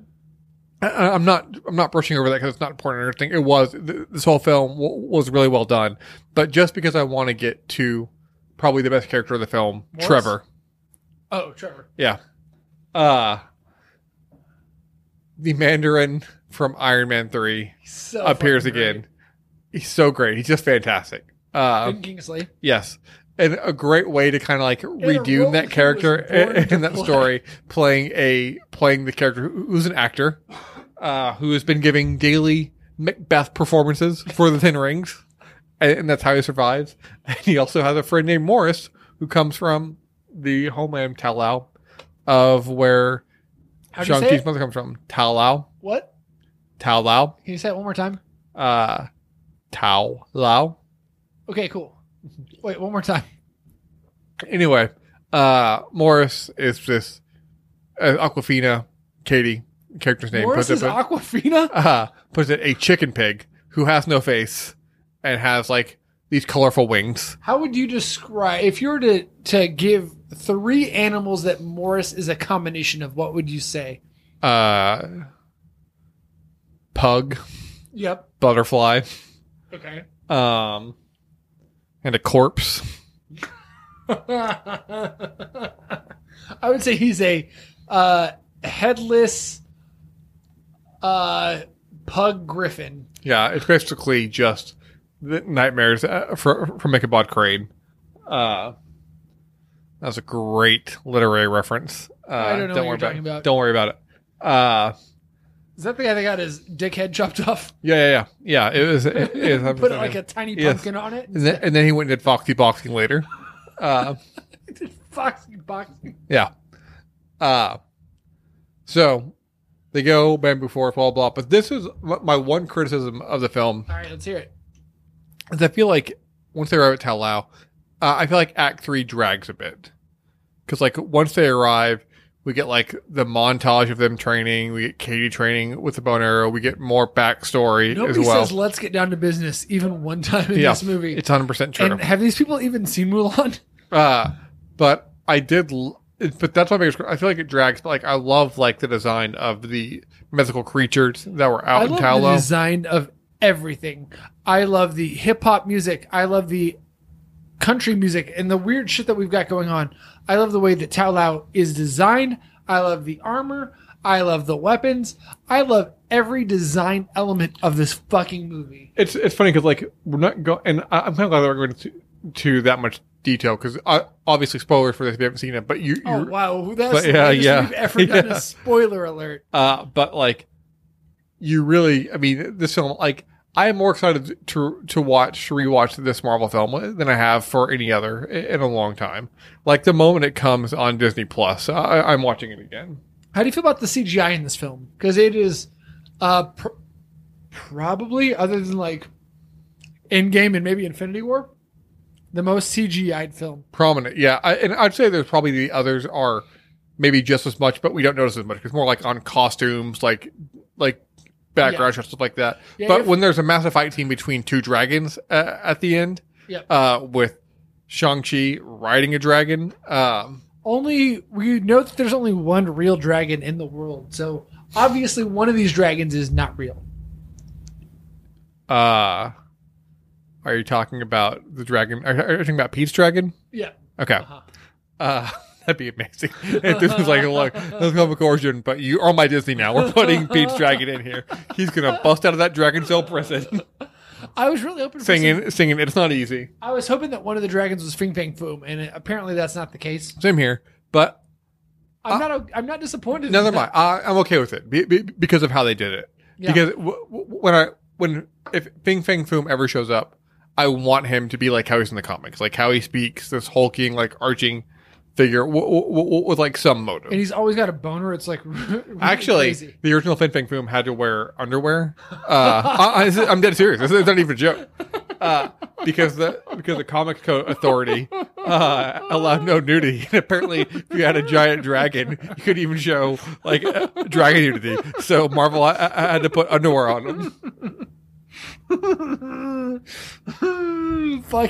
A: I, I'm not I'm not brushing over that because it's not important or anything. It was th- this whole film w- was really well done, but just because I want to get to probably the best character of the film,
B: Morris?
A: Trevor.
B: oh, Trevor.
A: Yeah. Uh the Mandarin from Iron Man Three
B: He's so
A: appears
B: fucking
A: again. He's so great. He's just fantastic.
B: great.
A: Um,
B: Ben Kingsley.
A: Yes. And a great way to kind of like
B: a role
A: redeem
B: he
A: that character
B: was born
A: in,
B: to
A: that
B: play.
A: story, playing a playing the character who- who's an actor, uh, who has been giving daily Macbeth performances for the Ten Rings, and, and that's how he survives. And he also has a friend named Morris who comes from the homeland Talau, of where
B: How do you
A: Shang
B: say
A: Chi's
B: it?
A: mother comes from. Talau,
B: What?
A: Talau,
B: Can you say it one more time?
A: uh, Tao Lao.
B: Okay, cool. Wait, one more time.
A: anyway, uh, Morris is this uh, Aquafina, Katie, character's name,
B: Morris is
A: puts it,
B: Aquafina.
A: uh, puts it a chicken pig who has no face and has like these colorful wings.
B: How would you describe if you were to to give three animals that Morris is a combination of? What would you say?
A: Uh, pug,
B: Yep.
A: butterfly,
B: Okay.
A: um, and a corpse.
B: I would say he's a uh, headless uh, pug griffin.
A: Yeah, it's basically just the nightmares uh, from from Ichabod Crane. Uh, that was a great literary reference. Uh,
B: I don't know what
A: worry
B: you're talking
A: about,
B: about.
A: Don't worry about it. Uh,
B: Is that the guy that got his dick head chopped off?
A: yeah, yeah, yeah, yeah. It was. It, it was
B: Put like a tiny
A: Yes.
B: pumpkin on it.
A: and, then, and then he went and did foxy boxing later. Uh,
B: Foxy boxing.
A: yeah. Uh, so they go bamboo forest, blah blah. But this is my my one criticism of the film
B: All right, let's hear it.
A: is I feel like once they arrive at Talau, uh, I feel like Act Three drags a bit because like once they arrive, we get like the montage of them training, we get Katie training with the bow and arrow, we get more backstory
B: Nobody
A: as well.
B: says let's get down to business even one time in
A: Yeah,
B: this movie.
A: it's hundred percent true.
B: and have these people even seen Mulan?
A: uh, but I did, l- it- but that's my biggest. cri- I feel like it drags, but like I love like the design of the mythical creatures that were out
B: I
A: in
B: love the
A: Talau.
B: design of everything. I love the hip hop music. I love the country music and the weird shit that we've got going on. I love the way that Tao Lao is designed. I love the armor. I love the weapons. I love every design element of this fucking movie.
A: it's it's funny because like we're not going, and I, I'm kind of glad that we're going to to that much detail because obviously spoilers for this if you haven't seen it, but you, you
B: Oh wow, that's
A: But,
B: the
A: yeah,
B: latest
A: yeah,
B: we've ever done
A: yeah.
B: a spoiler alert.
A: uh, but like you really, I mean, this film like. I am more excited to to watch to rewatch this Marvel film than I have for any other i- in a long time. Like the moment it comes on Disney Plus, I, I'm watching it again.
B: How do you feel about the CGI in this film? Because it is uh, pr- probably, other than like Endgame and maybe Infinity War, the most CGI'd film.
A: prominent. Yeah, I, and I'd say there's probably the others are maybe just as much, but we don't notice as much. It's more like on costumes, like like background shots, stuff like that.
B: Yeah,
A: but
B: if-
A: when there's a massive fight scene between two dragons uh, at the end,
B: Yep.
A: uh, with Shang Chi riding a dragon, um,
B: Only we know that there's only one real dragon in the world, so obviously one of these dragons is not real.
A: uh, are you talking about the dragon? Are, are you talking about Pete's dragon?
B: Yeah.
A: Okay.
B: Uh-huh.
A: Uh, that'd be amazing. if this was like a like this comic origin, but you are my Disney now. We're putting Pete's Dragon in here. He's gonna bust out of that dragon cell prison,
B: I was really hoping for some-
A: singing, singing. It's not easy.
B: I was hoping that one of the dragons was Fing Fang Foom, and apparently that's not the case.
A: Same here, but
B: I'm not. o- I'm not disappointed. in
A: never
B: that.
A: mind. Uh, I, I'm okay with it be, be, because of how they did it.
B: Yeah.
A: Because w- w- when I when if Fing Fang Foom ever shows up, I want him to be like how he's in the comics, like how he speaks, this hulking, like arching figure w- w- w- with like some motive.
B: And he's always got a boner. It's like really
A: Actually,
B: crazy.
A: the original Fin Fang Foom had to wear underwear. Uh, I, am dead serious. This is not even a joke. Uh, because the because the comic code authority uh, allowed no nudity, and apparently if you had a giant dragon, you couldn't even show like uh, dragon nudity. So Marvel I, I had to put underwear on him.
B: Fuck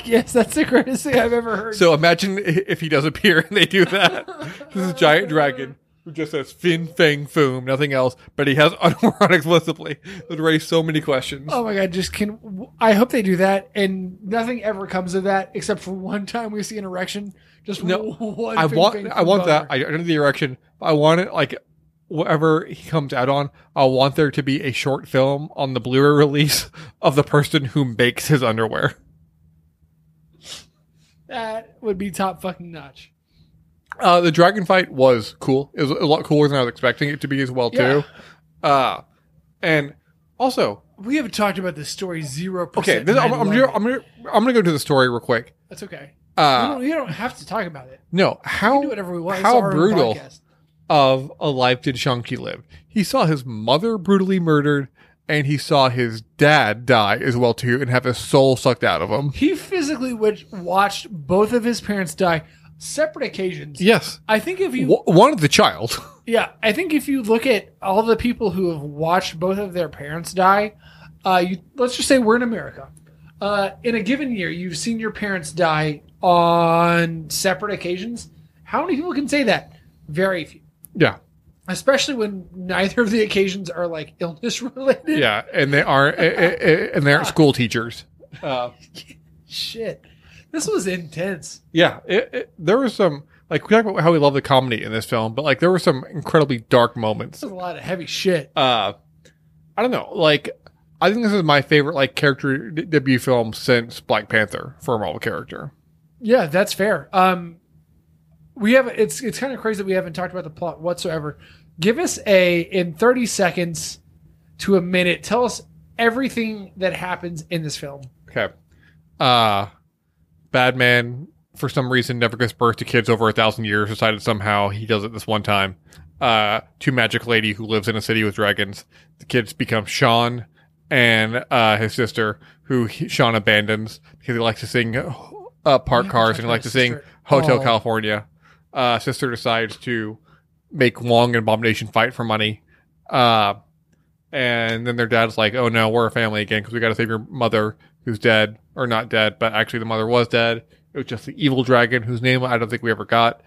B: yes, that's the greatest thing I've ever heard.
A: So imagine i- if he does appear and they do that. This is a giant dragon who just says Fin Fang Foom, nothing else, but he has underwear on explicitly. It would raise so many questions.
B: oh my god, just can I hope they do that and nothing ever comes of that except for one time we see an erection. Just
A: No,
B: one.
A: I
B: big
A: want
B: thing
A: I want that.
B: boner.
A: I don't need the erection. but I want it like whatever he comes out on, I want there to be a short film on the Blu-ray release of the person who makes his underwear.
B: That would be top fucking notch.
A: Uh, the dragon fight was cool. It was a lot cooler than I was expecting it to be as well too. Uh, and also,
B: We haven't talked about this story zero
A: okay,
B: percent.
A: this, I'm, I'm, gonna- I'm gonna I'm gonna go to the story real quick.
B: That's okay. we,
A: Uh,
B: don't, we don't have to talk about it.
A: no,
B: We
A: how
B: can do whatever we want. It's
A: how
B: our own
A: brutal.
B: podcast.
A: of a life did Shang-Chi live? He saw his mother brutally murdered, and he saw his dad die as well too, and have his soul sucked out of him.
B: He physically witch- watched both of his parents die separate occasions.
A: Yes,
B: I think if you
A: w- wanted the child.
B: Yeah, I think if you look at all the people who have watched both of their parents die, uh, you, let's just say we're in America. Uh, in a given year, you've seen your parents die on separate occasions. How many people can say that? Very few.
A: Yeah.
B: Especially when neither of the occasions are like illness related.
A: yeah, and they aren't eh, eh, eh, and they aren't school teachers. Uh,
B: Shit. This was intense.
A: yeah, it, it, there was some like we talked about how we love the comedy in this film, but like there were some incredibly dark moments.
B: This was a lot of heavy shit.
A: Uh, I don't know, like. I think this is my favorite like character d- debut film since Black Panther for a Marvel character.
B: Yeah, that's fair. Um, we have it's it's kind of crazy that we haven't talked about the plot whatsoever. Give us a in thirty seconds to a minute. Tell us everything that happens in this film.
A: Okay. Uh bad man for some reason never gives birth to kids over a thousand years, decided somehow he does it this one time. Uh to magic lady who lives in a city with dragons. The kids become Sean and uh his sister, who he, Sean abandons because he likes to sing uh park cars
B: Yeah, talk
A: and he
B: about
A: likes to
B: his
A: sing
B: sister.
A: Hotel
B: Oh.
A: California. Uh sister decides to make Wong and Abomination fight for money. Uh and then their dad's like, "Oh no, we're a family again because we got to save your mother who's dead or not dead, but actually the mother was dead. It was just the evil dragon whose name I don't think we ever got,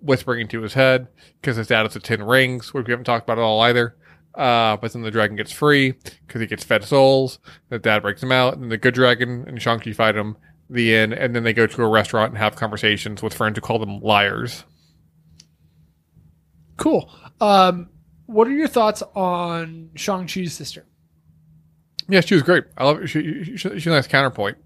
A: whispering into his head because his dad is the Ten Rings, which we haven't talked about at all either. Uh, but then the dragon gets free because he gets fed souls. The dad breaks him out, and the good dragon and Shang-Chi fight him. The end, and then they go to a restaurant and have conversations with friends who call them liars.
B: Cool. Um, what are your thoughts on Shang Chi's sister?
A: Yeah, she was great. I love she. she she's a nice counterpoint.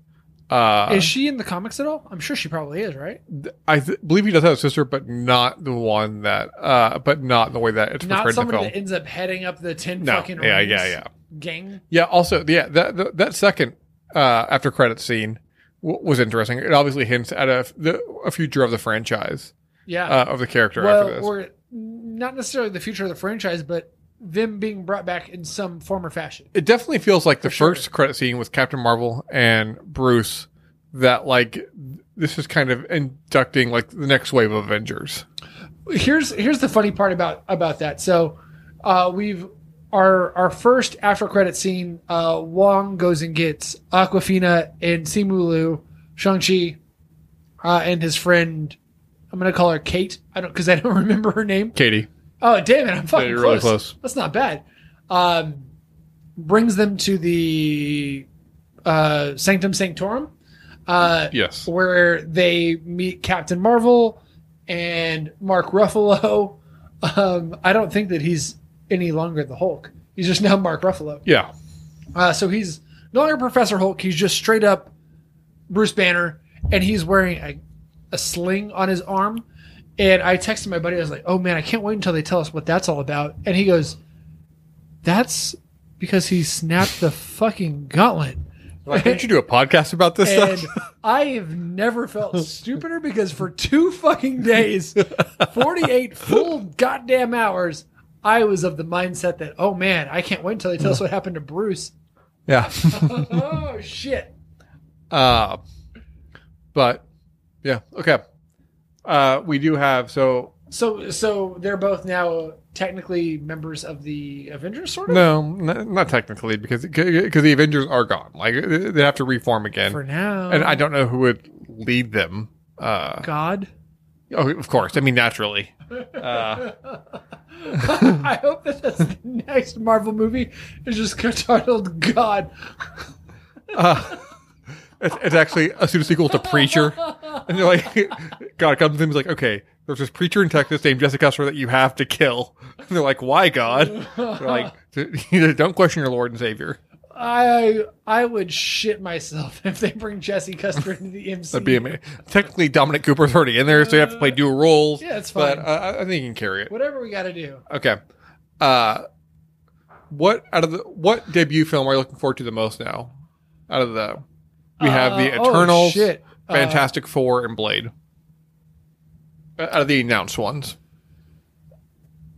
A: Uh,
B: is she in the comics at all? I'm sure she probably is, right?
A: I th- believe he does have a sister, but not the one that, uh, but not the way that it's
B: Not
A: portrayed in the
B: someone
A: film.
B: that ends up heading up the ten
A: no,
B: fucking
A: yeah,
B: rings
A: yeah, yeah,
B: gang.
A: yeah. Also, yeah, that that, that second uh, after credit scene w- was interesting. It obviously hints at a f- the, a future of the franchise
B: Yeah.
A: uh, of the character after
B: well,
A: this.
B: or not necessarily the future of the franchise, but them being brought back in some form or fashion.
A: it definitely feels like the
B: For sure.
A: first credit scene with Captain Marvel and Bruce that like this is kind of inducting like the next wave of Avengers.
B: here's here's the funny part about about that. So, uh, we've our our first after credit scene. Uh, Wong goes and gets Aquafina and Simu Liu, Shang Chi, uh, and his friend. I'm gonna call her Kate. I don't because I don't remember her name.
A: Katie,
B: Oh damn it! I'm fucking
A: Yeah, you're
B: close.
A: really close.
B: That's not bad. Um, brings them to the uh, Sanctum Sanctorum. Uh,
A: yes,
B: where they meet Captain Marvel and Mark Ruffalo. Um, I don't think that he's any longer the Hulk. He's just now Mark Ruffalo.
A: yeah,
B: Uh, so he's no longer Professor Hulk. He's just straight up Bruce Banner, and he's wearing a, a sling on his arm. And I texted my buddy. I was like, "Oh man, I can't wait until they tell us what that's all about." And he goes, "That's because he snapped the fucking gauntlet."
A: like, didn't you do a podcast about this
B: and
A: stuff?
B: I have never felt stupider because for two fucking days, 48 full goddamn hours, I was of the mindset that, oh man, I can't wait until they tell us what happened to Bruce.
A: Yeah.
B: oh shit.
A: Uh, but yeah, okay. Uh, we do have so
B: So so they're both now technically members of the Avengers sort of
A: no, n- not technically because because the Avengers are gone. Like they have to reform again,
B: for now.
A: and I don't know who would lead them. Uh,
B: God.
A: oh, of course. I mean, naturally. Uh,
B: I hope that that's the next Marvel movie is just titled God.
A: uh, it's, it's actually a pseudo sequel to Preacher, and they're like, God comes in, he's like, okay, there's this preacher in Texas named Jesse Custer that you have to kill. And they're like, why God? They're like, don't question your Lord and Savior.
B: I I would shit myself if they bring Jesse Custer into the MC.
A: That'd be amazing. Technically, Dominic Cooper's already in there, so you have to play dual roles.
B: Yeah, it's fine.
A: but uh, I think you can carry it.
B: Whatever we got to do.
A: Okay. Uh, what out of the what debut film are you looking forward to the most now? Out of the we have the
B: Uh, oh,
A: Eternals,
B: shit. Uh,
A: Fantastic Four, and Blade. Uh, Out of the announced ones,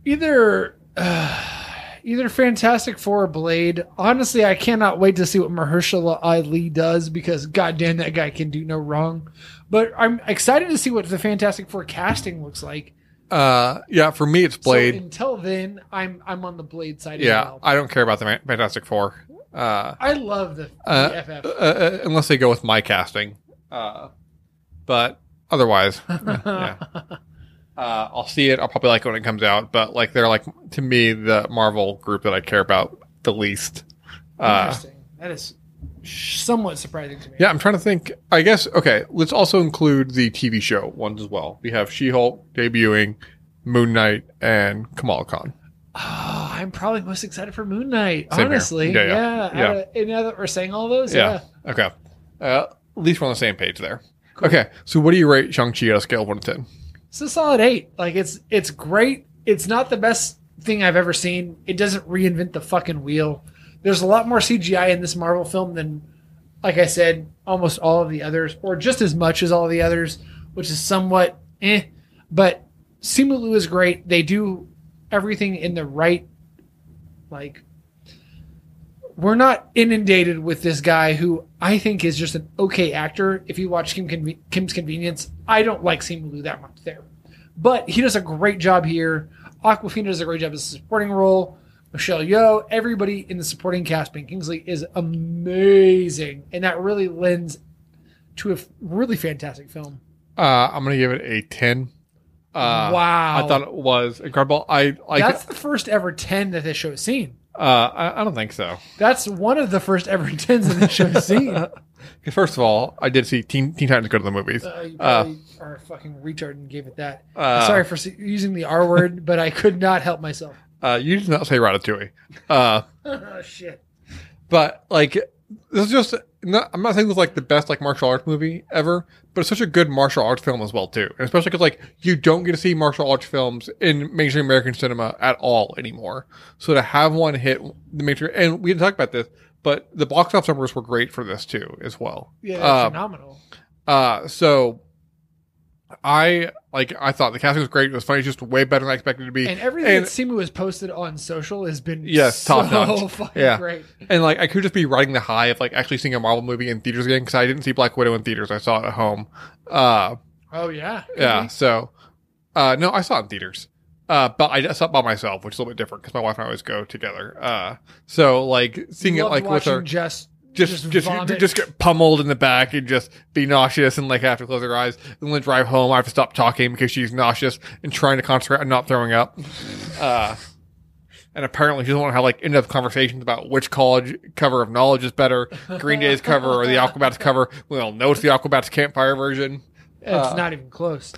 B: either uh, either Fantastic Four or Blade. Honestly, I cannot wait to see what Mahershala Ali does because goddamn that guy can do no wrong. But I'm excited to see what the Fantastic Four casting looks like.
A: uh, yeah, for me it's
B: So
A: Blade.
B: until then, I'm I'm on the Blade side.
A: yeah,
B: As well.
A: I don't care about the Ma- Fantastic Four, uh,
B: I love the, the
A: Uh, uh, uh, unless they go with my casting. Uh, but otherwise,
B: FF.
A: yeah. uh, I'll see it. I'll probably like it when it comes out, but like they're like to me the Marvel group that I care about the least. Uh,
B: Interesting. That is somewhat surprising to me.
A: yeah, I'm trying to think. I guess okay. Let's also include the TV show ones as well. We have She-Hulk debuting, Moon Knight, and Kamala Khan.
B: Oh, I'm probably most excited for Moon Knight.
A: Same here.
B: honestly,
A: Yeah,
B: yeah.
A: yeah,
B: Out of- and now that we're saying all those, yeah.
A: Yeah. Okay, uh, at least we're on the same page there. Okay, so what do you rate Shang-Chi on a scale of one to ten?
B: It's a solid eight. Like it's it's great. It's not the best thing I've ever seen. It doesn't reinvent the fucking wheel. There's a lot more CGI in this Marvel film than, like I said, almost all of the others, or just as much as all the others, which is somewhat eh. But Simu Liu is great. They do everything in the right, like. We're not inundated with this guy who I think is just an okay actor. If you watch Kim Conve- Kim's Convenience, I don't like Simu Liu that much there but he does a great job here. Aquafina does a great job as a supporting role. Michelle Yeoh, everybody in the supporting cast, Ben Kingsley is amazing, and that really lends to a f- really fantastic film.
A: Uh, I'm gonna give it a ten. Uh,
B: wow,
A: I thought it was incredible. I like.
B: that's the first ever ten that this show has seen.
A: uh, I, I don't think so.
B: That's one of the first ever tens that this show has seen. Uh,
A: 'Cause First of all, I did see Teen, Teen Titans go to the movies.
B: you probably are a fucking retard and gave it that.
A: Uh,
B: Sorry for s- using the R word, but I could not help myself.
A: Uh, you did not say Ratatouille. Uh,
B: oh shit.
A: but like, this is just. Not, I'm not saying this is like the best like martial arts movie ever, but it's such a good martial arts film as well too, and especially because like you don't get to see martial arts films in mainstream American cinema at all anymore. So to have one hit the major, and we didn't talk about this, but the box office numbers were great for this too as well.
B: Yeah,
A: Uh,
B: that's phenomenal.
A: Uh, so I like I thought the casting was great. It was funny, it's just way better than I expected it to be.
B: And
A: And,
B: everything that Simu has posted on social has been
A: Yes,
B: so
A: top notch.
B: fucking
A: Yeah.
B: great.
A: like I could just be riding the high of like actually seeing a Marvel movie in theaters again because I didn't see Black Widow in theaters. I saw it at home. Uh,
B: Oh yeah,
A: yeah. So, uh, no, I saw it in theaters. Uh, but I just saw it by myself, which is a little bit different because my wife and I always go together. Uh, so like seeing it
B: Loved
A: like with
B: watching
A: her,
B: just
A: just
B: just
A: just
B: vomit.
A: just, get pummeled in the back and just be nauseous and like have to close her eyes and then drive home. I have to stop talking because she's nauseous and trying to concentrate on not throwing up. Uh, and apparently she doesn't want to have like in-depth conversations about which college cover of knowledge is better, Green Day's cover or the Aquabats cover. We all know it's the Aquabats campfire version.
B: it's
A: uh,
B: not even close.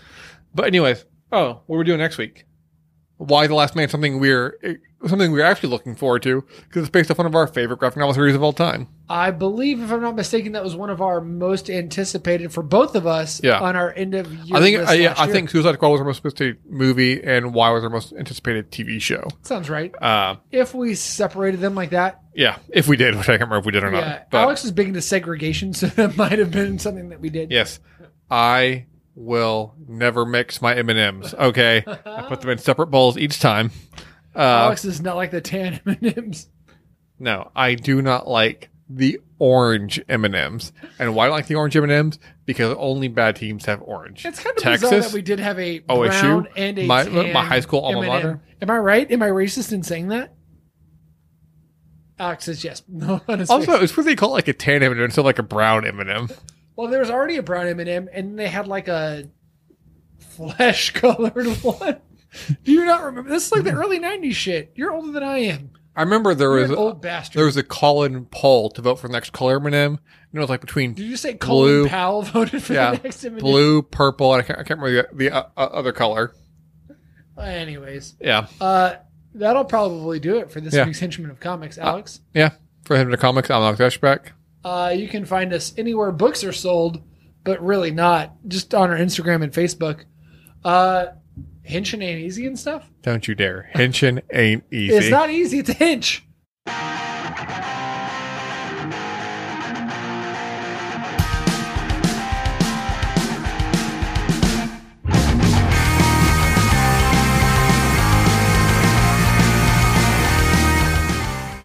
A: But anyways, oh, what are we doing next week? Why the Last Man? Something we're it- something we're actually looking forward to because it's based off one of our favorite graphic novel series of all time.
B: I believe, if I'm not mistaken, that was one of our most anticipated for both of us
A: Yeah.
B: on our end of year.
A: I think
B: list
A: I, yeah,
B: last
A: I
B: year.
A: think Suicide Squad was our most anticipated movie, and Why was our most anticipated TV show.
B: sounds right.
A: Uh,
B: If we separated them like that,
A: yeah, if we did, which I can't remember if we did or not.
B: yeah.
A: but
B: Alex is big into segregation, so that might have been something that we did.
A: yes, I will never mix my M and M's. Okay, I put them in separate bowls each time. Uh,
B: Alex is not like the tan M&Ms.
A: no, I do not like the orange M and M's. And why do I like the orange M and M's? Because only bad teams have orange.
B: It's kind of bizarre
A: Texas.
B: that we did have a
A: OSU,
B: brown and a
A: my-
B: tan
A: my high school alma
B: M&M.
A: mater.
B: Am I right? Am I racist in saying that? Alex says yes. No, on his
A: also,
B: face.
A: it's what they call like a tan M and M instead of like a brown M and M.
B: well, there was already a brown M and M, and they had like a flesh colored one. Do you not remember? This is like the early '90s shit. You're older than I am.
A: I remember there
B: You're
A: was
B: an old bastard.
A: there was a call-in poll to vote for the next color M&M. And it was like between
B: Did you say Colin
A: Blue.
B: Powell voted for
A: Yeah.
B: the next M&M? image?
A: blue, purple, and I can't, I can't remember the, the uh, uh, other color.
B: Anyways,
A: Yeah,
B: uh, that'll probably do it for this
A: Yeah. Uh,
B: week's Henchman of Comics, Alex.
A: for him to comics, I'm Alex Eschbeck.
B: Uh, you can find us anywhere books are sold, but really not. Just on our Instagram and Facebook. Uh, hinching ain't easy and stuff.
A: Don't you dare. Henshin ain't easy.
B: It's not easy to hinch.